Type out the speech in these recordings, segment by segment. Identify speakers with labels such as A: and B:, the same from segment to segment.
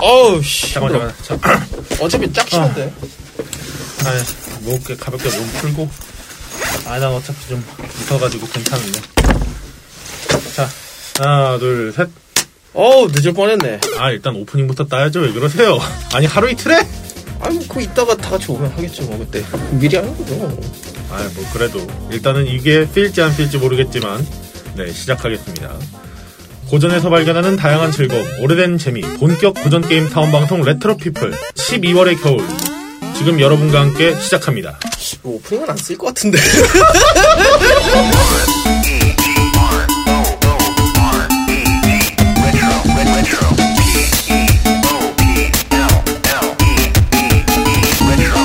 A: 아우 씨.
B: 잠깐만 아. 잠깐만.
A: 어차피 짝 싫은데.
B: 자, 아, 무겁게 가볍게 몸 풀고. 아, 난 어차피 좀 붙어가지고 괜찮은데. 자, 하나, 둘, 셋.
A: 어우 늦을 뻔했네.
B: 아, 일단 오프닝부터 따야죠. 왜 그러세요? 아니, 하루 이틀에?
A: 아니 뭐그 이따가 다 같이 오면 하겠지 뭐 그때. 미리 하는 거죠.
B: 아, 뭐 그래도 일단은 이게 필지 안 필지 모르겠지만 네 시작하겠습니다. 고전에서 발견하는 다양한 즐거움, 오래된 재미, 본격 고전 게임 타운 방송 레트로 피플 12월의 겨울 지금 여러분과 함께 시작합니다.
A: 이거 뭐, 오프닝은 안 쓸 것 같은데.
C: Version 2.0.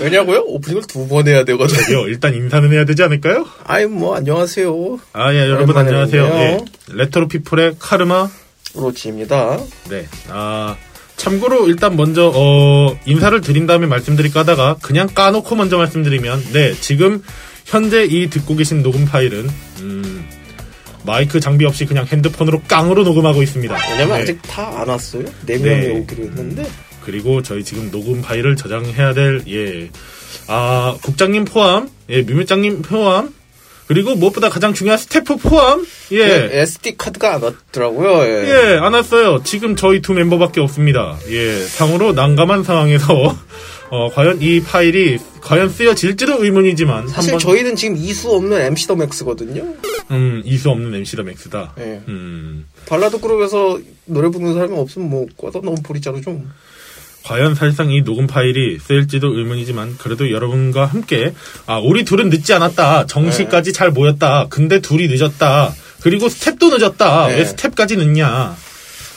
A: 왜냐고요? 오프닝을 두 번 해야 되거든.
B: 요 일단 인사는 해야 되지 않을까요?
A: 아이 뭐 안녕하세요.
B: 아 예 여러분
A: 오랜만에
B: 안녕하세요. 예,
A: 뵙네요.
B: 레트로 피플의 카르마
A: 로지입니다.
B: 네. 아, 참고로 일단 먼저 어, 인사를 드린 다음에 말씀드릴까 하다가 그냥 까놓고 먼저 말씀드리면 네, 지금 현재 이 듣고 계신 녹음 파일은 음, 마이크 장비 없이 그냥 핸드폰으로 깡으로 녹음하고 있습니다.
A: 왜냐면
B: 네.
A: 아직 다 안 왔어요. 네
B: 네.
A: 명이 오기로 했는데.
B: 그리고 저희 지금 녹음 파일을 저장해야 될 예. 아, 국장님 포함, 예, 뮤뮤장님 포함, 그리고 무엇보다 가장 중요한 스태프 포함, 예.
A: 네, SD 카드가 안 왔더라고요. 예.
B: 예, 안 왔어요. 지금 저희 두 멤버밖에 없습니다. 예, 상으로 난감한 상황에서 어, 과연 이 파일이 과연 쓰여질지도 의문이지만
A: 사실
B: 한번-
A: 저희는 지금 이수 없는 MC 더 맥스거든요.
B: 음, 이수 없는 MC다 맥스다.
A: 예.
B: 음,
A: 발라드 그룹에서 노래 부르는 사람이 없으면 뭐 꽈다 넣은 보리자루 좀.
B: 과연 사실상 이 녹음 파일이 쓰일지도 의문이지만 그래도 여러분과 함께 아, 우리 둘은 늦지 않았다.
A: 예.
B: 정시까지 잘 모였다. 근데 둘이 늦었다. 그리고 스텝도 늦었다.
A: 예.
B: 왜 스텝까지 늦냐?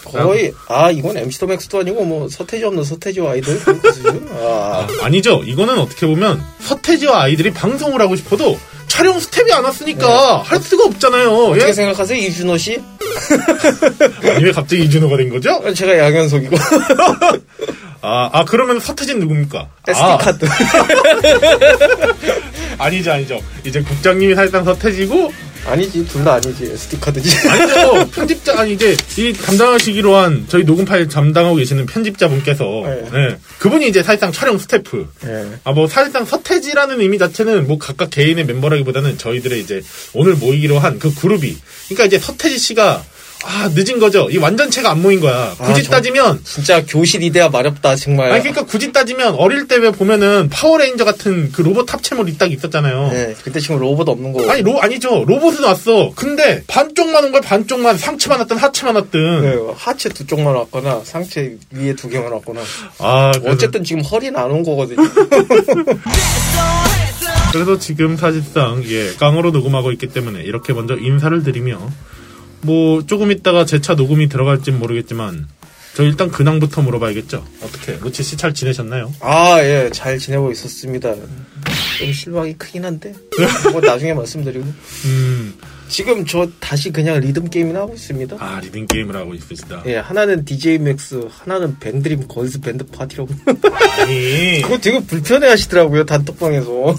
A: 거의 아 이건 MC 더 맥스도 아니고 뭐 서태지 없는 서태지 아이들 그 수준. 아.
B: 아니죠. 이거는 어떻게 보면 서태지와 아이들이 방송을 하고 싶어도 촬영 스텝이 안 왔으니까 할 수가 없잖아요.
A: 네. 어떻게
B: 예?
A: 생각하세요 이준호 씨?
B: 아니, 왜 갑자기 이준호가 된 거죠?
A: 제가 양현석이고
B: 아, 아 그러면 서태지는 누굽니까?
A: SD
B: 아,
A: 카드.
B: 아니죠, 아니죠. 이제 국장님이 사실상 서태지고
A: 아니지 둘 다 아니지 SD 카드지.
B: 아니죠. 편집자 아니 이제 이 담당하시기로 한 저희 녹음 파일 담당하고 계시는 편집자분께서
A: 네.
B: 예, 그분이 이제 사실상 촬영 스태프.
A: 예.
B: 아, 뭐, 사실상 서태지라는 의미 자체는 뭐 각각 개인의 멤버라기보다는 저희들의 이제 오늘 모이기로 한 그 그룹이. 그러니까 이제 서태지 씨가 아, 늦은 거죠. 이 완전체가 안 모인 거야. 굳이
A: 아, 저- 네.
B: 따지면.
A: 진짜 교실 이대야 마렵다 정말.
B: 아니, 그러니까 굳이 따지면 어릴 때 왜 보면은 파워레인저 같은 그 로봇 합체물이 딱 있었잖아요.
A: 예. 근데 지금 로봇 없는 거.
B: 아니, 로, 아니죠. 로봇은 왔어. 근데 반쪽만 온 걸 반쪽만 상체만 왔든 하체만 왔든.
A: 예, 하체 두 쪽만 왔거나 상체 위에 두 개만 왔거나
B: 아, 그래서-
A: 어쨌든 지금 허리는 안 온 거거든요.
B: 그래서 지금 사실상 예 깡으로 녹음하고 있기 때문에 이렇게 먼저 인사를 드리며 뭐 조금 있다가 제 차 녹음이 들어갈진 모르겠지만 저 일단 근황부터 물어봐야겠죠. 어떻게 무치 씨 잘 지내셨나요?
A: 아, 예, 잘 지내고 있었습니다. 좀 실망이 크긴 한데, 뭐 나중에 말씀드리고.
B: 음아
A: 지금 저 다시 그냥 리듬 게임이나 하고 있습니다.
B: 아, 리딩 게임을 하고 있으시다.
A: 예, 하나는 DJ 맥스, 하나는 밴드림 걸스 밴드 파티라고.
B: 아니
A: 그거 되게 불편해 하시더라고요, 단톡방에서.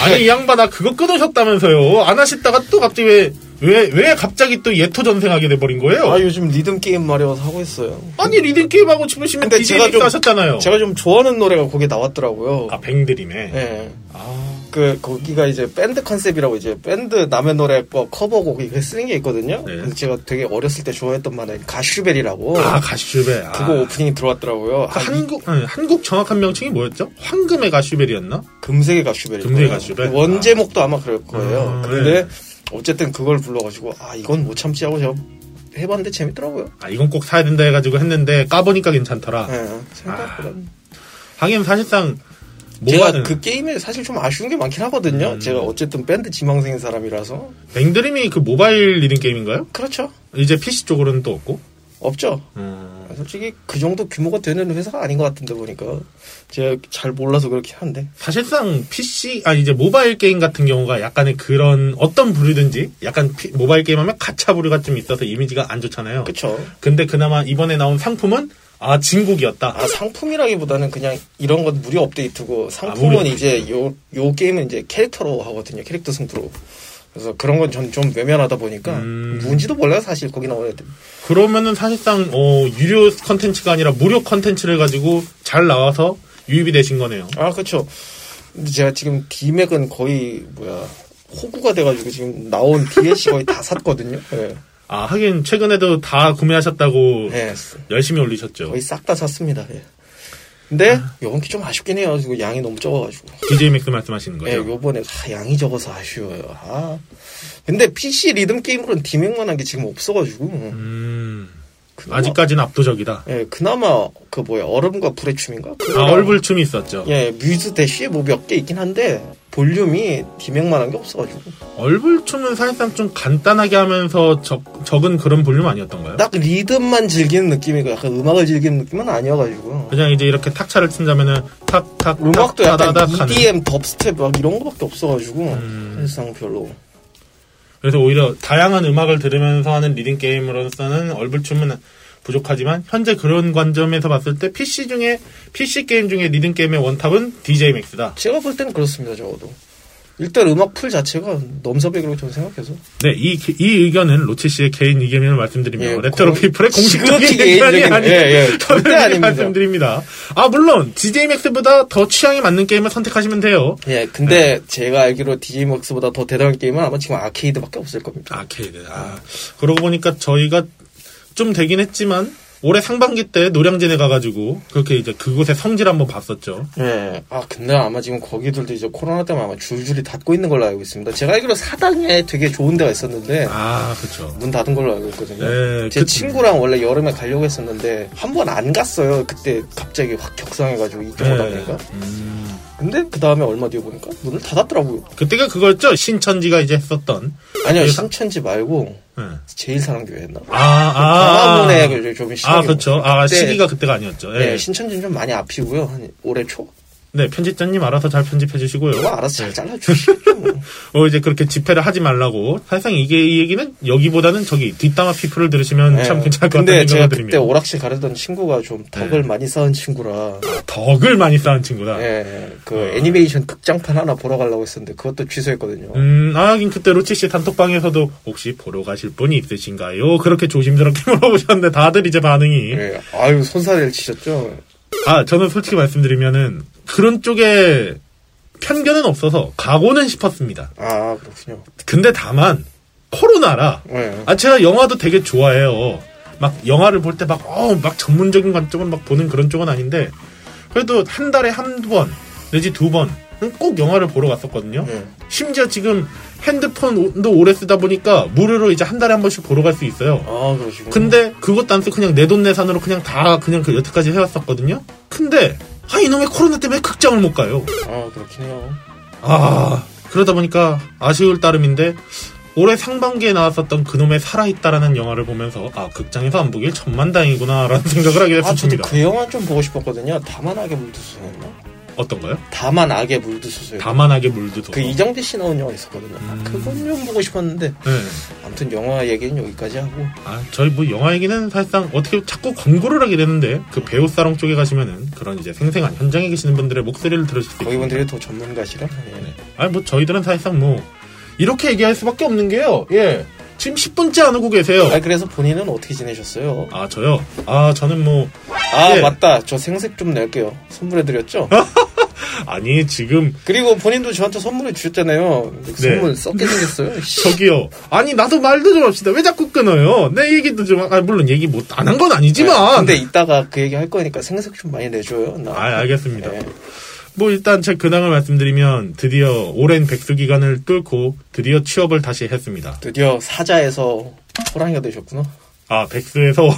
B: 아니 이 양반 아 그거 끊으셨다면서요? 안 하시다가 또 갑자기 왜 왜 왜 갑자기 또 예토 전생하게 돼버린
A: 아,
B: 거예요?
A: 요즘 리듬 게임 마려워서 하고 있어요.
B: 아니 리딩 게임 하고 싶으시면
A: 근데 그
B: DJ
A: 제가
B: 도
A: 좀-
B: 하셨잖아요.
A: 제가 좀 좋아하는 노래가 거기에 나왔더라고요.
B: 아 뱅드림에
A: 예.
B: 아
A: 그, 거기가 이제 밴드 컨셉이라고 이제 밴드 남의 노래 거 커버곡 이렇게 쓰는 게 있거든요.
B: 네.
A: 그래서 제가 되게 어렸을 때 좋아했던 만화 가슈벨이라고.
B: 아, 가시베 아.
A: 그거 오프닝이 들어왔더라고요.
B: 그 한국 아니, 한국 정확한 명칭이 뭐였죠? 황금의 가슈벨이었나?
A: 금색의 가슈벨이
B: 금색의 가슈벨?
A: 원제목도 아마 그럴 거예요.
B: 아,
A: 근데
B: 네.
A: 어쨌든 그걸 불러가지고 아 이건 못 참지 하고 제가 해봤는데 재밌더라고요.
B: 아 이건 꼭 사야 된다 해가지고 했는데 까보니까 괜찮더라.
A: 예,
B: 아,
A: 생각보다
B: 하긴 사실상 뭐가 음.
A: 제가 그 게임에 사실 좀 아쉬운 게 많긴 하거든요. 제가 어쨌든 밴드 지망생인 사람이라서
B: 뱅드림이 그 모바일 리듬 게임인가요?
A: 그렇죠.
B: 이제 PC 쪽으로는 또 없고.
A: 없죠.
B: 음,
A: 솔직히 그 정도 규모가 되는 회사가 아닌 것 같은데 보니까 제가 잘 몰라서 그렇게 하는데
B: 사실상 PC 아 이제 모바일 게임 같은 경우가 약간의 그런 어떤 부류든지 약간 피- 모바일 게임하면 가차 부류가 좀 있어서 이미지가 안 좋잖아요.
A: 그렇죠.
B: 근데 그나마 이번에 나온 상품은 아 진국이었다.
A: 아 상품이라기보다는 그냥 이런 건 무료 업데이트고
B: 무료
A: 상품은
B: 업데이트.
A: 이제 요 요 게임은 이제 캐릭터로 하거든요 캐릭터 승부로 그래서 그런 건 전 좀 외면하다 보니까
B: 음.
A: 누군지도 몰라요 사실 거기 나오는 애들.
B: 그러면은 사실상 어, 유료 컨텐츠가 아니라 무료 컨텐츠를 가지고 잘 나와서 유입이 되신 거네요.
A: 아 그렇죠. 근데 제가 지금 디맥은 거의 뭐야 호구가 돼가지고 지금 나온 DLC 거의 다 샀거든요. 예.
B: 아 하긴 최근에도 다 구매하셨다고
A: 예.
B: 열심히 올리셨죠.
A: 거의 싹 다 샀습니다. 예. 근데
B: 아.
A: 요번 게 좀 아쉽긴 해요. 이거 양이 너무 적어가지고.
B: DJ 맥스 말씀하시는 거죠.
A: 예, 요번에 아, 양이 적어서 아쉬워요. 아. 근데 PC 리듬 게임으로는 디맥만한 게 지금 없어가지고.
B: 음,
A: 그나마-
B: 아직까지는 압도적이다.
A: 예, 그나마 그 뭐야 얼음과 불의 춤인가?
B: 아 얼굴 춤이 있었죠.
A: 그러니까. 예, 뮤즈 대쉬 뭐 몇 개 있긴 한데 볼륨이 디맥만한 게 없어가지고
B: 얼굴 춤은 사실상 좀 간단하게 하면서 적, 적은 그런 볼륨 아니었던가요?
A: 딱 리듬만 즐기는 느낌이고 약간 음악을 즐기는 느낌은 아니어가지고
B: 그냥 이제 이렇게 탁차를 친다면은 탁탁
A: 음악도 약간
B: 탁다닥 하는.
A: EDM 덥스텝 막 이런 거밖에 없어가지고
B: 음.
A: 사실상 별로
B: 그래서 오히려 다양한 음악을 들으면서 하는 리듬 게임으로서는 얼굴춤은 부족하지만 현재 그런 관점에서 봤을 때 PC 중에 PC 게임 중에 리듬 게임의 원탑은 DJ 맥스다.
A: 제가 볼 때는 그렇습니다 적어도 일단 음악 풀 자체가 넘사벽이라고 저는 생각해서
B: 네, 이, 기- 이 의견은 로치 씨의 개인 의견을 말씀드리며
A: 예,
B: 레트로
A: 공-
B: 피플의
A: 지극히
B: 공식적인 의견이
A: 개인적인-
B: 아닌
A: 예, 예, 절대 아닙니다.
B: 말씀드립니다. 아 물론 DJ 맥스보다 더 취향에 맞는 게임을 선택하시면 돼요.
A: 예 근데 제가 알기로 DJ 먹스보다 더 대단한 게임은 아마 지금 아케이드밖에 없을 겁니다
B: 아케이드. 아 그러고 보니까 저희가 좀 되긴 했지만 올해 상반기 때 노량진에 가가지고 그렇게 이제 그곳의 성질 한번 봤었죠.
A: 예. 아, 근데 아마 지금 거기들도 이제 코로나 때문에 아마 줄줄이 닫고 있는 걸로 알고 있습니다. 제가 알기로 사당에 되게 좋은 데가 있었는데,
B: 아 그렇죠.
A: 문 닫은 걸로 알고 있거든요.
B: 예,
A: 제
B: 그-
A: 친구랑 원래 여름에 가려고 했었는데, 한 번 안 갔어요. 그때 갑자기 확 격상해가지고 이쪽으로
B: 예.
A: 다니까. 근데 그 다음에 얼마 뒤에 보니까 문을 닫았더라고요.
B: 그때가 그거였죠. 신천지가 이제 했었던.
A: 아니요,
B: 예.
A: 신천지 말고,
B: 예.
A: 제일 사랑교회였나?
B: 아, 아, 아.
A: 광화문에 그 좀,
B: 아, 그렇죠. 아,
A: 그때-
B: 시기가 그때가 아니었죠. 예.
A: 네, 신천지는 좀 많이 앞이고요. 한 올해 초?
B: 네, 편집자님 알아서 잘 편집해 주시고요.
A: 그거 알아서
B: 네.
A: 잘 잘라주시겠죠. 뭐.
B: 어, 이제 그렇게 집회를 하지 말라고. 사실상 이게 이 얘기는 여기보다는 저기 뒷담화 피플을 들으시면
A: 예.
B: 참 괜찮을 것
A: 근데 제가
B: 같다는 생각을
A: 그때
B: 드립니다. 네.
A: 오락실 가르던 친구가 좀 덕을 많이 쌓은 친구라
B: 덕을 많이 쌓은 친구다.
A: 예, 그
B: 아.
A: 애니메이션 극장판 하나 보러 가려고 했었는데 그것도 취소했거든요.
B: 음, 아, 하긴 그때 로치 씨 단톡방에서도 혹시 보러 가실 분이 있으신가요? 그렇게 조심스럽게 물어보셨는데 다들 이제 반응이.
A: 예, 아유 손사래를 치셨죠.
B: 아, 저는 솔직히 말씀드리면은 그런 쪽에 편견은 없어서 가고는 싶었습니다.
A: 아 그렇군요.
B: 근데 다만 코로나라.
A: 예.
B: 아, 제가 영화도 되게 좋아해요. 막 영화를 볼 때 막 어, 막 전문적인 관점은 막 보는 그런 쪽은 아닌데 그래도 한 달에 한 번 내지 두 번은 꼭 영화를 보러 갔었거든요.
A: 예.
B: 심지어 지금 핸드폰도 오래 쓰다 보니까 무료로 이제 한 달에 한 번씩 보러 갈 수 있어요.
A: 아 그러시군요.
B: 근데 그것도 안 쓰고 그냥 내 돈내산으로 그냥 다 그냥 그 여태까지 해왔었거든요. 근데 아 이놈의 코로나 때문에 극장을 못 가요.
A: 아 그렇긴 해요.
B: 아 그러다 보니까 아쉬울 따름인데 올해 상반기에 나왔었던 그놈의 살아있다라는 영화를 보면서 아 극장에서 안 보길 천만다행이구나라는 생각을 하게
A: 아 저도
B: 됐습니다.
A: 그 영화 좀 보고 싶었거든요. 다만 악의 물두수였나?
B: 어떤가요?
A: 다만 악의 물두수요.
B: 다만하게 음. 물드도.
A: 그 이정재 씨 나온 영화 있었거든요. 아, 그건 좀 보고 싶었는데
B: 네.
A: 아무튼 영화 얘기는 여기까지 하고
B: 아, 저희 뭐 영화 얘기는 사실상 어떻게 자꾸 광고를 하게 되는데 그 배우 사롱 쪽에 가시면은 그런 이제 생생한 현장에 계시는 분들의 목소리를 들으실 수
A: 거기
B: 있고.
A: 분들이 더 전문가시라. 예.
B: 아니 뭐 저희들은 사실상 뭐 이렇게 얘기할 수밖에 없는 게요. 예. 지금 10분째 안 오고 계세요.
A: 아 그래서 본인은 어떻게 지내셨어요?
B: 아, 저요. 아, 저는 뭐
A: 아
B: 예. 어?
A: 맞다 저 생색 좀 낼게요 선물해드렸죠
B: 아니 지금
A: 그리고 본인도 저한테 선물을 주셨잖아요 근데 그
B: 네.
A: 선물 썩게 생겼어요 씨.
B: 저기요. 아니 나도 말도 좀 합시다. 왜 자꾸 끊어요? 내 얘기도 좀 하- 아, 물론 얘기 못 안 한 건 아니지만.
A: 네. 근데 이따가 그 얘기 할 거니까 생색 좀 많이 내줘요 나.
B: 아, 알겠습니다.
A: 예.
B: 뭐 일단 제 근황을 말씀드리면 드디어 오랜 백수 기간을 뚫고 드디어 취업을 다시 했습니다.
A: 드디어 사자에서 호랑이가 되셨구나
B: 아 백수에서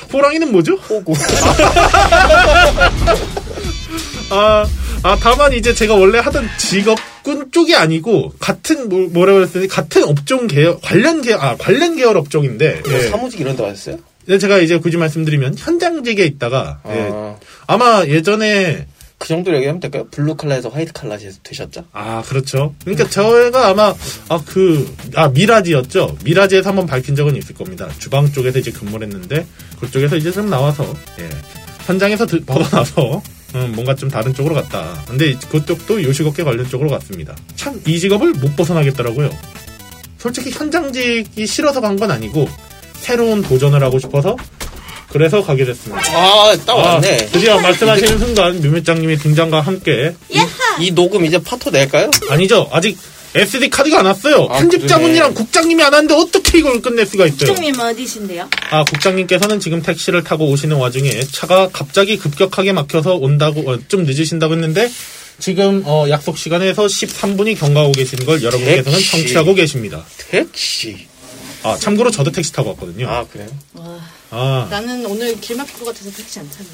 B: 호랑이는 뭐죠?
A: 호구
B: 아, 아 다만 이제 제가 원래 하던 직업군 쪽이 아니고 같은 뭐, 뭐라고 했으니 같은 업종 계열 관련 계열 아 관련 계열 업종인데
A: 뭐
B: 예.
A: 사무직 이런 데 가셨어요?
B: 근데 제가 이제 굳이 말씀드리면 현장직에 있다가 예.
A: 아,
B: 아마 예전에
A: 그 정도로 얘기하면 될까요? 블루 칼라에서 화이트 칼라 되셨죠?
B: 아 그렇죠 그러니까 저희가 아마 아 그 아 미라지였죠 미라지에서 한번 밝힌 적은 있을 겁니다 주방 쪽에서 이제 근무를 했는데 그쪽에서 이제 좀 나와서 예. 현장에서 드- 벗어나서 음, 뭔가 좀 다른 쪽으로 갔다 근데 그쪽도 요식업계 관련 쪽으로 갔습니다 참 이 직업을 못 벗어나겠더라고요 솔직히 현장직이 싫어서 간 건 아니고 새로운 도전을 하고 싶어서 그래서 가게 됐습니다.
A: 아, 따왔네.
B: 드디어 말씀하시는 순간 묘미장님이 등장과 함께
A: 이 녹음 이제 파토 낼까요?
B: 아니죠 아직 SD 카드가 안 왔어요.
A: 아,
B: 편집자분이랑
A: 그러네.
B: 국장님이 안 왔는데 어떻게 이걸 끝낼 수가 있어요?
D: 국장님 어디신데요?
B: 아 국장님께서는 지금 택시를 타고 오시는 와중에 차가 갑자기 급격하게 막혀서 온다고 어, 좀 늦으신다고 했는데 지금 어, 약속 시간에서 13분이 경과하고 계신 걸 여러분께서는
A: 택시.
B: 청취하고 계십니다.
A: 택시.
B: 아 참고로 저도 택시 타고 왔거든요.
A: 아, 그래요?
D: 와,
B: 아,
D: 나는 오늘 길 막힐 것 같아서 택시 안 탔네.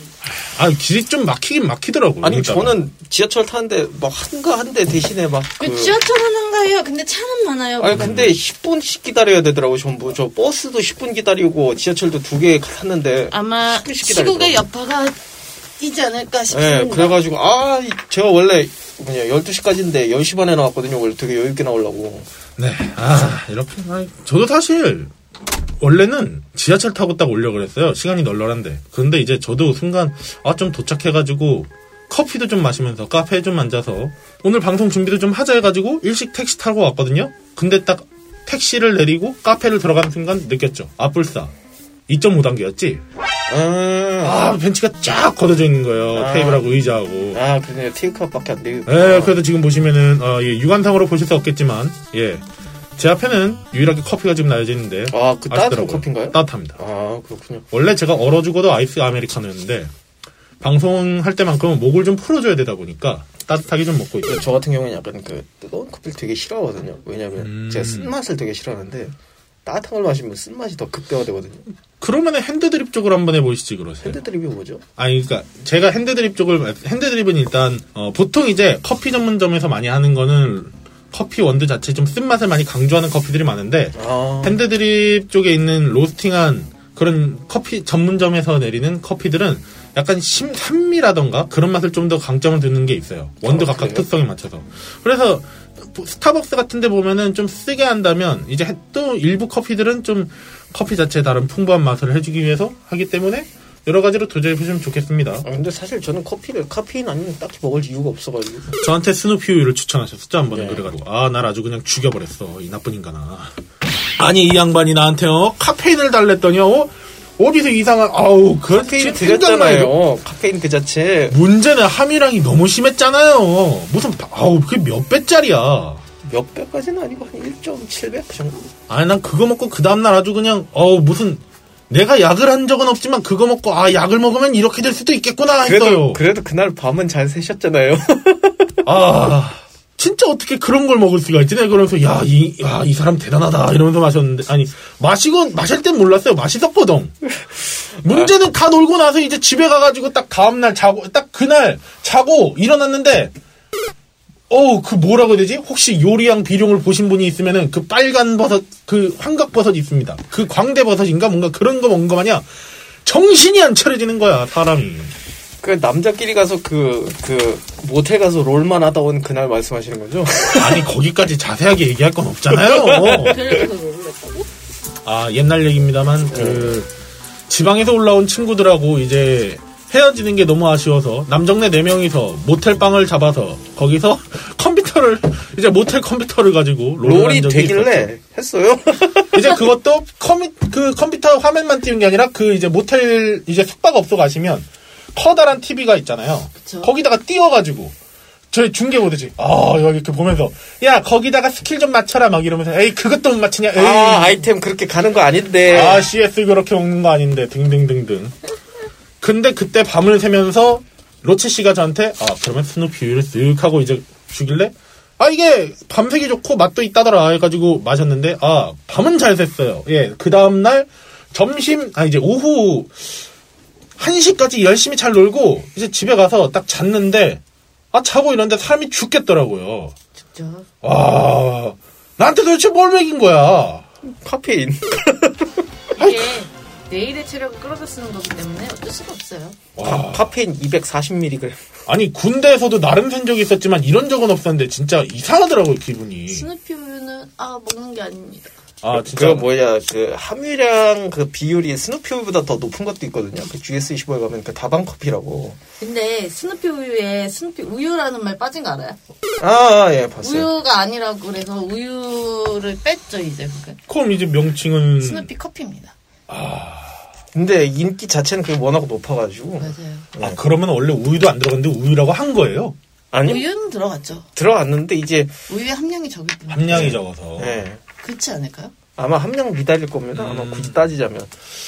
B: 아 길이 좀 막히긴 막히더라고요.
A: 아니,
B: 일단은.
A: 저는 지하철 타는데 막 한가한데 대신에 막.
D: 그
A: 그-
D: 지하철 하는가요? 근데 차는 많아요.
A: 아니 근데 10분씩 기다려야 되더라고 전부 저 버스도 10분 기다리고 지하철도 두 개 탔는데
D: 아마
A: 시끄럽게
D: 시국의
A: 기다리더라고.
D: 여파가 있지 않을까
A: 예
D: 싶습니다.
A: 그래가지고 아 이- 제가 원래 뭐냐 12시까지인데 10시 반에 나왔거든요 원래 되게 여유있게 나오려고
B: 네, 아 이렇게 아이, 저도 사실 원래는 지하철 타고 딱 올려 그랬어요. 시간이 널널한데 근데 이제 저도 순간 아 좀 도착해가지고 커피도 좀 마시면서 카페에 좀 앉아서 오늘 방송 준비도 좀 하자 해가지고 일식 택시 타고 왔거든요. 근데 딱 택시를 내리고 카페를 들어간 순간 느꼈죠. 아 불사. 2.5 단계였지.
A: 아,
B: 아 벤치가 쫙 걷어져 있는 거예요.
A: 아.
B: 테이블하고 의자하고.
A: 아 그러네요 테이크아웃밖에 안 되고
B: 예, 그래도 지금 보시면은 어, 예, 육안상으로 보실 수 없겠지만 예. 제 앞에는 유일하게 커피가 지금 나여져 있는데
A: 아, 그 따뜻한
B: 아시더라고요.
A: 커피인가요?
B: 따뜻합니다.
A: 아 그렇군요
B: 원래 제가 얼어 죽어도 아이스 아메리카노였는데 방송할 때만큼은 목을 좀 풀어줘야 되다 보니까 따뜻하게 좀 먹고 있어요.
A: 저 같은 경우는 약간 그 뜨거운 커피를 되게 싫어하거든요 왜냐면
B: 음.
A: 제가 쓴맛을 되게 싫어하는데 따뜻한 걸 마시면 쓴맛이 더 극대화되거든요
B: 그러면은 핸드드립 쪽으로 한번 해보시지 그러세요.
A: 핸드드립이 뭐죠?
B: 아니 그러니까 제가 핸드드립 쪽을 말- 핸드드립은 일단 어, 보통 이제 커피 전문점에서 많이 하는 거는 커피 원두 자체 좀 쓴맛을 많이 강조하는 커피들이 많은데
A: 아
B: 핸드드립 쪽에 있는 로스팅한 그런 커피 전문점에서 내리는 커피들은 약간 심, 산미라던가 그런 맛을 좀 더 강점을 두는 게 있어요. 원두
A: 아,
B: 각각
A: 그래요?
B: 특성에 맞춰서. 그래서 뭐 스타벅스 같은 데 보면은 좀 쓰게 한다면 이제 해- 또 일부 커피들은 좀 커피 자체에 다른 풍부한 맛을 해주기 위해서 하기 때문에 여러 가지로 도전해 보시면 좋겠습니다.
A: 아, 근데 사실 저는 커피를 카페인 아니면 딱히 먹을 이유가 없어가지고
B: 저한테 스누피 우유를 추천하셨었죠 한 번에
A: 네.
B: 그래가지고 아 날 아주 그냥 죽여버렸어 이 나쁜 인간아 아니 이 양반이 나한테 어 카페인을 달랬더니 어 어디서 이상한 아우
A: 카페인
B: 그렇게
A: 드렸잖아요. 카페인 그 자체
B: 문제는 함유량이 너무 심했잖아요 무슨 아우 그게 몇 배짜리야
A: 몇 배까지는 아니고 한 1.7배 정도.
B: 아니 난 그거 먹고 그 다음날 아주 그냥 어우 무슨 내가 약을 한 적은 없지만 그거 먹고 아 약을 먹으면 이렇게 될 수도 있겠구나 했어요
A: 그래도 그래도 그날 밤은 잘 새셨잖아요.
B: 아, 진짜 어떻게 그런 걸 먹을 수가 있지? 내가 그러면서, 야, 이, 야, 이 사람 대단하다. 이러면서 마셨는데, 아니, 마시고, 마실 땐 몰랐어요. 맛있었거든. 문제는 다 놀고 나서 이제 집에 가가지고 딱 다음날 자고, 딱 그날 자고 일어났는데, 어우, 그 뭐라고 해야 되지? 혹시 요리왕 비룡을 보신 분이 있으면은 그 빨간 버섯, 그 환각버섯 있습니다. 그 광대버섯인가? 뭔가 그런 거 먹은 거 마냥 정신이 안 차려지는 거야, 사람이.
A: 그 남자끼리 가서 그 그 모텔 가서 롤만 하다 온 그날 말씀하시는 거죠?
B: 아니, 거기까지 자세하게 얘기할 건 없잖아요.
D: 그래서 그걸 몰랐다고?
B: 아 옛날 얘기입니다만
A: 네.
B: 그 지방에서 올라온 친구들하고 이제 헤어지는 게 너무 아쉬워서 남정네 네 명이서 모텔 방을 잡아서 거기서 컴퓨터를 이제 모텔 컴퓨터를 가지고 롤을
A: 롤이
B: 한 적이 있었죠.
A: 되길래 했어요.
B: 이제 그것도 커미, 그 컴퓨터 화면만 띄운 게 아니라 그 이제 모텔 이제 숙박업소 가시면 커다란 TV가 있잖아요.
D: 그쵸.
B: 거기다가 띄워가지고 저희 중계 보듯이 아 여기 이렇게 보면서 야 거기다가 스킬 좀 맞춰라 막 이러면서 에이 그것도 못 맞추냐 에이
A: 아 아이템 그렇게 가는 거 아닌데.
B: 아, CS 그렇게 먹는 거 아닌데, 등등등등. 근데 그때 밤을 새면서, 로치 씨가 저한테, 아, 그러면 스누피 우유를 쓱 하고 이제 주길래, 아, 이게 밤색이 좋고 맛도 있다더라 해가지고 마셨는데, 아, 밤은 잘 샜어요. 예, 그 다음날, 점심, 아, 이제 오후 1시까지 열심히 잘 놀고, 이제 집에 가서 딱 잤는데, 아, 자고 이러는데 사람이 죽겠더라고요.
D: 진짜.
B: 와, 나한테 도대체 뭘 먹인 거야.
A: 카페인.
D: 이게 내일의 체력을 끌어다 쓰는 거기 때문에 어쩔 수가 없어요.
B: 와.
A: 카페인 240mg.
B: 아니 군대에서도 나름 센 적이 있었지만 이런 적은 없었는데 진짜 이상하더라고요 기분이
D: 스누피 우유는 아 먹는 게 아닙니다.
B: 아
A: 그거
B: 진짜
A: 뭐냐 그 함유량 그 비율이 스누피 우유보다 더 높은 것도 있거든요. 그 GS25에 가면 그 다방 커피라고.
D: 근데 스누피 우유에 스누피 우유라는 말 빠진 거 알아요?
A: 아, 아, 예, 봤어요.
D: 우유가 아니라고 그래서 우유를 뺐죠 이제 그게.
B: 그럼 이제 명칭은
D: 스누피 커피입니다.
A: 근데 인기 자체는 그게 워낙 높아가지고.
D: 맞아요.
B: 아 그러면 원래 우유도 안 들어갔는데 우유라고 한 거예요.
A: 아니,
D: 우유는 들어갔죠.
A: 들어왔는데 이제,
D: 우유의 함량이 적을 뿐.
B: 함량이 적어서.
A: 예.
D: 그렇지 않을까요?
A: 아마 함량 미달일 겁니다.
B: 음.
A: 아마 굳이 따지자면.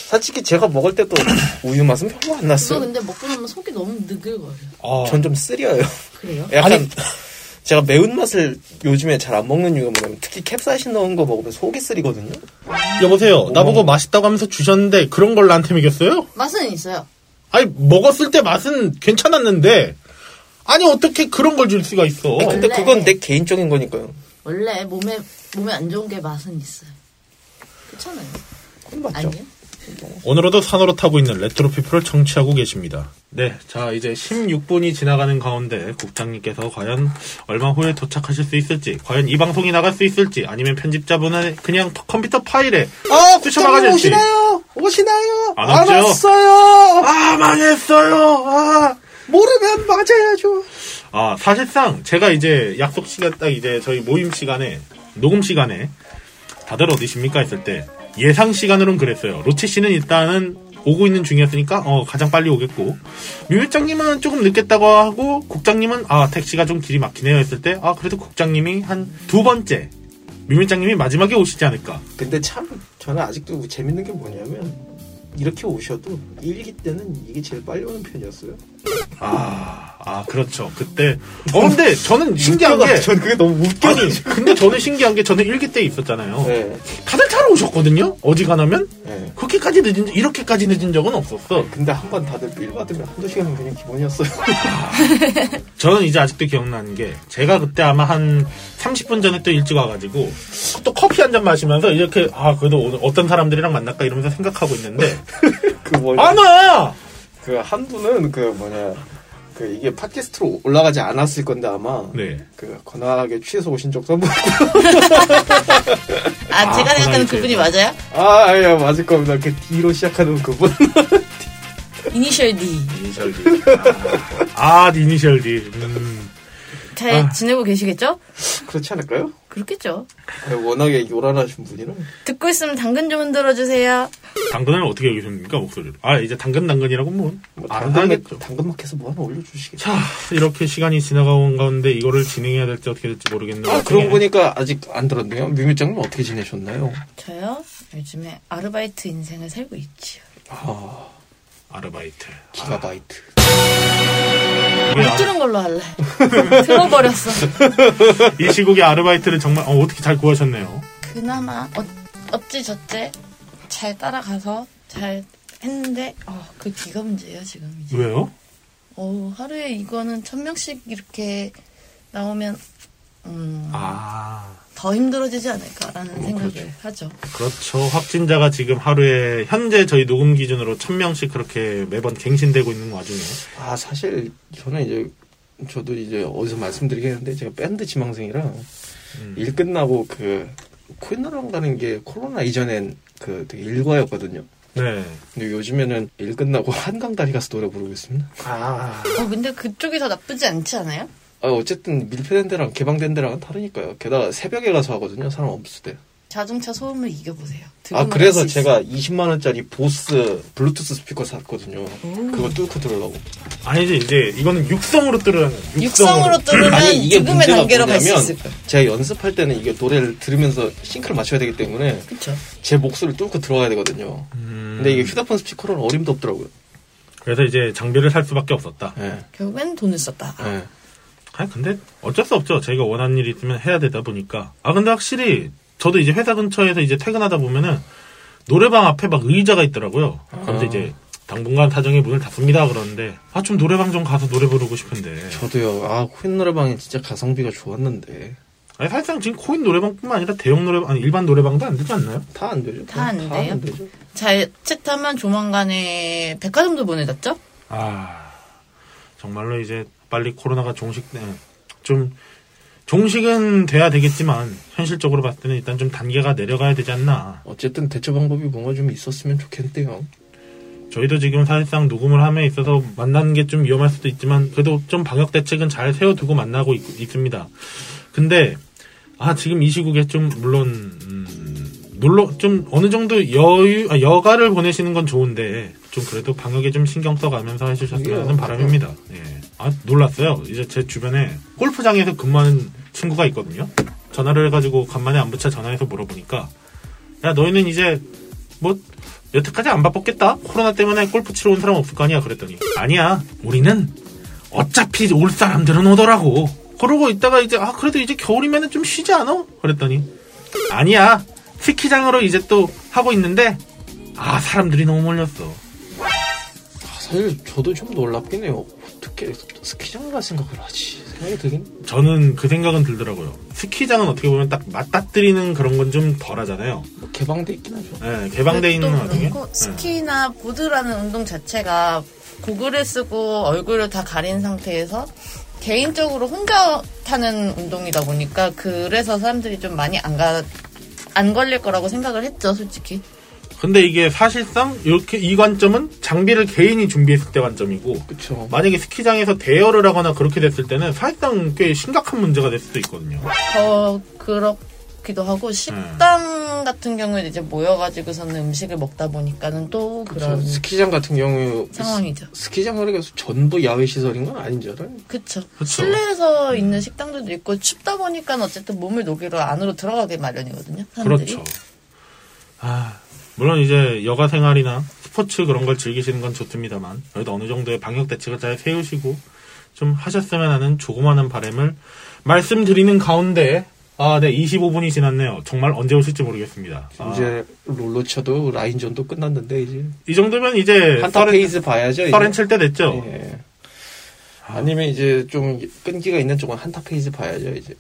A: 솔직히 제가 먹을 때도 우유 맛은 별로 안
D: 그거
A: 났어요.
D: 근데 먹고 나면 속이 너무 느글거려요.
B: 아,
A: 전 좀 쓰려요.
D: 그래요?
A: 약간
B: 아니.
A: 제가 매운맛을 요즘에 잘 안 먹는 이유가 뭐냐면 특히 캡사이신 넣은 거 먹으면 속이 쓰리거든요.
B: 여보세요.
A: 어.
B: 나보고 맛있다고 하면서 주셨는데 그런 걸 나한테 먹였어요?
D: 맛은 있어요.
B: 아니 먹었을 때 맛은 괜찮았는데 아니 어떻게 그런 걸 줄 수가 있어?
A: 근데
D: 원래-
A: 그건 내 개인적인 거니까요.
D: 원래 몸에 몸에 안 좋은 게 맛은 있어요. 그렇잖아요.
A: 그건 맞죠.
D: 아니요?
B: 오늘도 산으로 타고 있는 레트로피플을 청취하고 계십니다. 네, 자 이제 16분이 지나가는 가운데 국장님께서 과연 얼마 후에 도착하실 수 있을지, 과연 이 방송이 나갈 수 있을지, 아니면 편집자분은 그냥 컴퓨터 파일에
A: 아,
B: 쑤셔박아졌지.
A: 오시나요? 오시나요?
B: 안 왔죠?
A: 왔어요.
B: 아 망했어요. 아,
A: 모르면 맞아야죠.
B: 아 사실상 제가 이제 약속 시간 딱 이제 저희 모임 시간에 녹음 시간에 다들 어디십니까 했을 때 예상 시간으로는 그랬어요. 로치 씨는 일단은 오고 있는 중이었으니까 어 가장 빨리 오겠고 류일장님은 조금 늦겠다고 하고 국장님은 아 택시가 좀 길이 막히네요 했을 때 아 그래도 국장님이 한 두 번째 류일장님이 마지막에 오시지 않을까
A: 근데 참 저는 아직도 재밌는 게 뭐냐면 이렇게 오셔도 일기 때는 이게 제일 빨리 오는 편이었어요.
B: 아, 아 그렇죠 그때 어 근데 저는 신기한 게
A: 저는 그게 너무 웃겨.
B: 아니 근데 저는 신기한 게 저는 일기 때 있었잖아요
A: 네.
B: 다들 잘 오셨거든요. 어지간하면
A: 네.
B: 그렇게까지 늦은 적- 이렇게까지 늦은 적은 없었어.
A: 근데 한 번 다들 빌 받으면 한두 시간은 그냥 기본이었어요.
B: 저는 이제 아직도 기억나는 게 제가 그때 아마 한 30분 전에 또 일찍 와가지고 또 커피 한 잔 마시면서 이렇게 아 그래도 오늘 어떤 사람들이랑 만날까 이러면서 생각하고 있는데
A: 그 뭐냐?
B: 아마 네!
A: 그 한 분은 그 뭐냐 그 이게 팟캐스트로 올라가지 않았을 건데 아마
B: 네.
A: 그 거나하게 취해서 오신 적도 한 번.
D: 아, 제가
B: 그건
D: 생각하는 그분이
B: 이제-
D: 맞아요?
A: 아, 예, 맞을 겁니다. 그 D로 시작하는 그분.
D: 이니셜 D.
B: 이니셜 D 아 이니셜 D 음.
D: 잘 지내고 계시겠죠?
A: 그렇지 않을까요?
D: 그렇겠죠.
A: 아, 워낙에 요란하신 분이라. 뭐
D: 듣고 있으면 당근 좀 흔들어 주세요.
B: 당근을 어떻게 여기십니까 목소리를 아 이제 당근 당근이라고 뭐
A: 뭐
B: 알아서 하겠죠
A: 당근마- 당근마켓에서 뭐 하나 올려주시겠죠.
B: 자 이렇게 시간이 지나가온 가운데 이거를 진행해야 될지 어떻게 될지 모르겠는데
A: 아,
B: 어떻게
A: 그러고 보니까 아직 안 들었네요. 뮤뮤장님 어떻게 지내셨나요?
D: 저요? 요즘에 아르바이트 인생을 살고 있지요.
A: 아,
B: 아르바이트
A: 기가바이트.
B: 이게
D: 못
B: 아-
D: 들은 걸로 할래. 들어버렸어.
B: 이 시국에 아르바이트를 정말 어, 어떻게 잘 구하셨네요.
D: 그나마 어, 어찌저찌 잘 따라가서 잘 했는데 어, 그 기가 문제예요 지금 이제.
B: 왜요?
D: 어, 하루에 이거는 천 명씩 이렇게 나오면 음,
B: 아
D: 더 힘들어지지 않을까라는 생각을 하죠.
B: 그렇죠. 확진자가 지금 하루에 현재 저희 녹음 기준으로 천 명씩 그렇게 매번 갱신되고 있는 와중에
A: 아, 사실 저는 이제 저도 이제 어디서 말씀드리겠는데 제가 밴드 지망생이라
B: 음.
A: 일 끝나고 그 코인노랑 가는 게 코로나 이전엔 그 되게 일과였거든요.
B: 네.
A: 근데 요즘에는 일 끝나고 한강 다리 가서 노래 부르고 있습니다.
B: 아
D: 어, 근데 그쪽이 더 나쁘지 않지 않아요?
A: 아, 어쨌든 밀폐된 데랑 개방된 데랑은 다르니까요. 게다가 새벽에 가서 하거든요. 사람 없을 때.
D: 자동차 소음을 이겨보세요.
A: 아,
D: 들으면
A: 그래서
D: 할수
A: 제가 20만 원짜리 보스 블루투스 스피커 샀거든요.
D: 음.
A: 그거 뚫고 들으려고.
B: 아니지 이제 이거는 육성으로 뚫으라는
D: 있어요. 육성으로 뚫으면 죽음의 단계로 갈 수 있을 거예요.
A: 제가 연습할 때는 이게 노래를 들으면서 싱크를 맞춰야 되기 때문에
D: 그렇죠.
A: 제 목소리를 뚫고 들어가야 되거든요.
B: 음.
A: 근데 이게 휴대폰 스피커로는 어림도 없더라고요.
B: 그래서 이제 장비를 살 수밖에 없었다.
A: 예.
D: 결국엔 돈을 썼다.
A: 예.
B: 아니 근데 어쩔 수 없죠. 저희가 원하는 일이 있으면 해야 되다 보니까. 아 근데 확실히 저도 이제 회사 근처에서 이제 퇴근하다 보면은 노래방 앞에 막 의자가 있더라고요. 그런데 이제 당분간 사정이 문을 닫습니다 그러는데 아 좀 노래방 좀 가서 노래 부르고 싶은데.
A: 저도요. 아, 코인 노래방이 진짜 가성비가 좋았는데
B: 아니 사실상 지금 코인 노래방뿐만 아니라 대형 노래방 아니 일반 노래방도 안 되지 않나요?
A: 다 안 되죠.
D: 다안
A: 다
D: 돼요?
A: 안 되죠.
D: 잘 채타면 조만간에 백화점도 보내졌죠?
B: 아 정말로 이제 빨리 코로나가 종식돼 네, 좀 종식은 돼야 되겠지만 현실적으로 봤을 때는 일단 좀 단계가 내려가야 되지 않나.
A: 어쨌든 대처 방법이 뭔가 좀 있었으면 좋겠는데요.
B: 저희도 지금 사실상 녹음을 함에 있어서 만나는 게 좀 위험할 수도 있지만 그래도 좀 방역 대책은 잘 세워두고 만나고 있, 습니다 근데 아 지금 이 시국에 좀 물론 음, 물론 좀 어느 정도 여유 아, 여가를 보내시는 건 좋은데 좀 그래도 방역에 좀 신경 써가면서 해주셨으면 하는
A: 예,
B: 바람입니다. 예. 아 놀랐어요. 이제 제 주변에 골프장에서 근무하는 친구가 있거든요. 전화를 해가지고 간만에 안부차 전화해서 물어보니까 야 너희는 이제 뭐 여태까지 안 바빴겠다 코로나 때문에 골프 치러 온 사람 없을 거 아니야 그랬더니 아니야 우리는 어차피 올 사람들은 오더라고 그러고 있다가 이제 아 그래도 이제 겨울이면은 좀 쉬지 않아 그랬더니 아니야 스키장으로 이제 또 하고 있는데 아 사람들이 너무 몰렸어
A: 아, 사실 저도 좀 놀랍긴 해요. 어떻게 스키장 갈 생각을 하지? 생각이 들긴.
B: 저는 그 생각은 들더라고요 스키장은 어떻게 보면 딱 맞닥뜨리는 그런 건 좀 덜하잖아요
A: 뭐 개방돼 있긴 하죠.
B: 예, 개방돼 있는
D: 또
B: 와중에
D: 그렇고
B: 예.
D: 스키나 보드라는 운동 자체가 고글을 쓰고 얼굴을 다 가린 상태에서 개인적으로 혼자 타는 운동이다 보니까 그래서 사람들이 좀 많이 안 가, 안 걸릴 거라고 생각을 했죠, 솔직히.
B: 근데 이게 사실상 이렇게 이 관점은 장비를 개인이 준비했을 때 관점이고
A: 그쵸.
B: 만약에 스키장에서 대여를 하거나 그렇게 됐을 때는 사실상 꽤 심각한 문제가 될 수도 있거든요.
D: 더 그렇기도 하고
B: 음.
D: 식당 같은 경우에 이제 모여가지고서는 음식을 먹다 보니까는 또
A: 저
D: 그런
A: 스키장 같은 경우
D: 상황이죠.
A: 스키장으로 해서 전부 야외 시설인 건 아니잖아요.
D: 그쵸.
B: 그쵸.
D: 실내에서 있는 식당들도 있고 춥다 보니까 어쨌든 몸을 녹이러 안으로 들어가게 마련이거든요. 사람들이.
B: 그렇죠. 아, 물론 이제 여가 생활이나 스포츠 그런 걸 즐기시는 건 좋습니다만 그래도 어느 정도의 방역 대책을 잘 세우시고 좀 하셨으면 하는 조그마한 바람을 말씀드리는 가운데 아, 네, 25분이 지났네요. 정말 언제 오실지 모르겠습니다. 아,
A: 이제 롤러쳐도 라인전도 끝났는데 이제
B: 이 정도면 이제
A: 한타
B: 네, 서른
A: 페이즈 봐야죠. 이제.
B: 서른 칠 때 됐죠.
A: 예. 아니면 이제 좀 끈기가 있는 쪽은 한타 페이즈 봐야죠 이제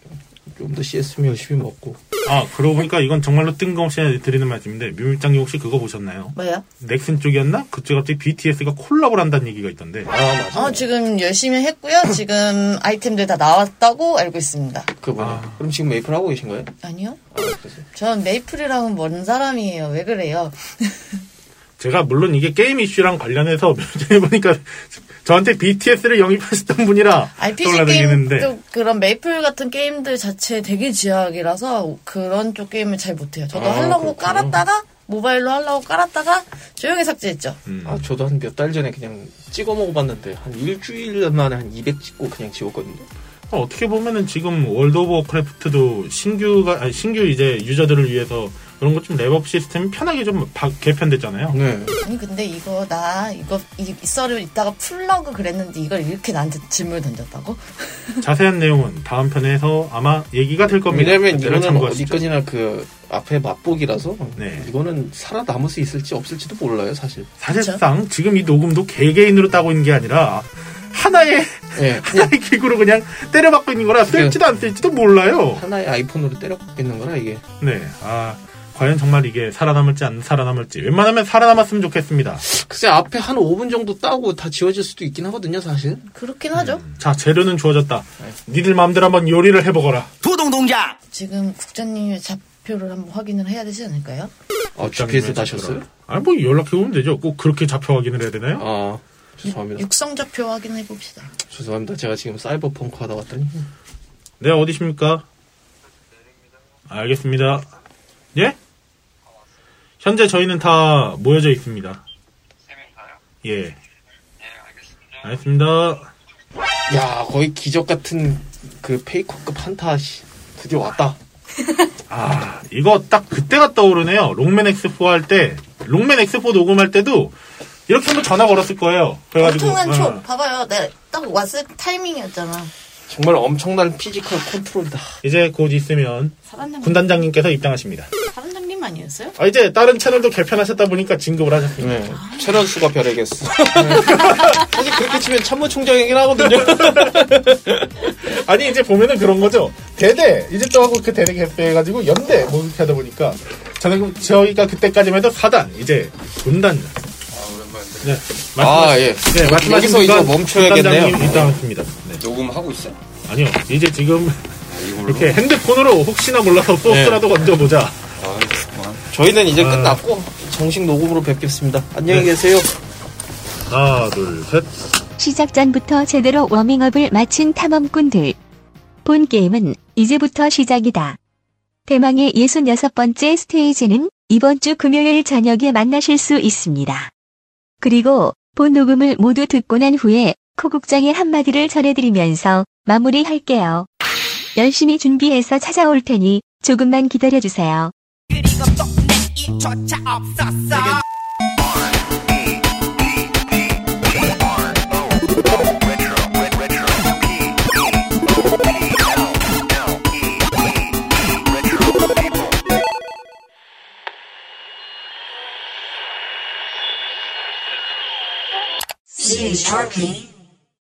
A: 좀 더 CS 열심히 먹고
B: 아, 그러고 보니까 이건 정말로 뜬금없이 드리는 말씀인데 묘밀장님 혹시 그거 보셨나요?
D: 뭐야?
B: 넥슨 쪽이었나? 그쪽 갑자기 BTS가 콜라보를 한다는 얘기가 있던데.
A: 아 맞아
D: 어, 지금 열심히 했고요. 지금 아이템들 다 나왔다고 알고 있습니다.
A: 그 뭐냐
B: 아.
A: 그럼 지금 메이플 하고 계신 거예요?
D: 아니요.
A: 아, 그래서.
D: 전 메이플이랑은 먼 사람이에요. 왜 그래요?
B: 제가 물론 이게 게임 이슈랑 관련해서 해보니까 저한테 BTS를 영입하셨던 분이라
D: RPG
B: 떠올라다니는데
D: 게임도 그런 메이플 같은 게임들 자체 되게 지약이라서 그런 쪽 게임을 잘 못해요. 저도
A: 아,
D: 하려고
A: 그렇구나.
D: 깔았다가 모바일로 하려고 깔았다가 조용히 삭제했죠.
B: 음.
A: 아 저도 한 몇 달 전에 그냥 찍어 먹어봤는데 한 일주일 만에 한 200 찍고 그냥 지웠거든요
B: 어떻게 보면은 지금 월드 오브 워크래프트도 신규가 아니, 신규 이제 유저들을 위해서 그런 것 좀 랩업 시스템이 편하게 좀 바- 개편됐잖아요.
A: 네
D: 아니 근데 이거 나 이거 이, 이 썰을 이따가 풀라고 그랬는데 이걸 이렇게 나한테 질문을 던졌다고?
B: 자세한 내용은 다음 편에서 아마 얘기가 될 겁니다.
A: 왜냐면
B: 그때를
A: 그러니까 이거는
B: 참고하시죠.
A: 어디까지나 그 앞에 맛보기라서
B: 네.
A: 이거는 살아남을 수 있을지 없을지도 몰라요 사실
B: 사실상 지금 이 녹음도 개개인으로 따고 있는 게 아니라 하나의
A: 예 그냥
B: 하나의 기구로 그냥 때려박고 있는 거라 쓸지도 안 쓸지도 몰라요.
A: 하나의 아이폰으로 때려박고 있는 거라 이게
B: 네, 아 과연 정말 이게 살아남을지 안 살아남을지 웬만하면 살아남았으면 좋겠습니다.
A: 글쎄 앞에 한 5분 정도 따고 다 지워질 수도 있긴 하거든요 사실
D: 그렇긴 하죠.
B: 자 재료는 주어졌다. 니들 마음대로 한번 요리를 해보거라.
E: 부동동작
D: 지금 국장님의 좌표를 한번 확인을 해야 되지 않을까요?
A: 아 GPS 다셨어요?
B: 아니 뭐 연락해 보면 되죠. 꼭 그렇게 잡혀 확인을 해야 되나요?
A: 아
B: 네.
A: 죄송합니다
D: 육성 좌표 확인해 봅시다.
A: 죄송합니다 제가 지금 사이버펑크 하다 왔더니
B: 네 어디십니까? 알겠습니다. 예? 현재 저희는 다 모여져 있습니다.
F: 세명 다요?
B: 예,
F: 예, 알겠습니다.
B: 알겠습니다.
A: 야 거의 기적 같은 그 페이커급 한타 씨 드디어 왔다
B: 아, 이거 딱 그때가 떠오르네요. 롱맨 X4 할 때, 롱맨 X4 녹음할 때도 이렇게 한번 전화 걸었을 거예요. 그래가지고.
D: 엄청난
B: 어,
D: 촉 봐봐요. 내가 딱 왔을 타이밍이었잖아.
A: 정말 엄청난 피지컬 컨트롤이다
B: 이제 곧 있으면
D: 사단장
B: 군단장님께서 입당하십니다.
D: 사단장님 아니었어요?
B: 아, 이제 다른 채널도 개편하셨다 보니까 진급을 하셨습니다.
A: 네 채널 수가 별에겠어 사실 그렇게 치면 참모총장이긴 하거든요
B: 아니, 이제 보면은 그런 거죠. 대대, 이제 또 하고 그 대대 개편해가지고 연대, 뭐 이렇게 하다 보니까. 저는 저희가 그때까지만 해도 4단, 이제 군단장.
F: 아, 오랜만인데.
B: 네.
A: 아, 예.
B: 네, 말씀하신
A: 여기서 이제
B: 순간
A: 멈춰야겠네요.
B: 군단장님 입당하셨습니다. 네.
F: 녹음하고 있어요?
B: 아니요, 이제 지금
E: 이걸로.
B: 이렇게 핸드폰으로 혹시나 몰라서 소스라도 건져보자.
E: 아, 그렇구나.
A: 저희는 이제
B: 아.
A: 끝났고 정식 녹음으로 뵙겠습니다. 안녕히 계세요.
B: 하나, 둘, 셋.
G: 시작 전부터 제대로 워밍업을 마친 탐험꾼들. 본 게임은 이제부터 시작이다. 대망의 66번째 스테이지는 이번 주 금요일 저녁에 만나실 수 있습니다. 그리고 본 녹음을 모두 듣고 난 후에 코국장의 한마디를 전해드리면서 마무리할게요. 열심히 준비해서 찾아올 테니 조금만 기다려주세요.
H: CHRP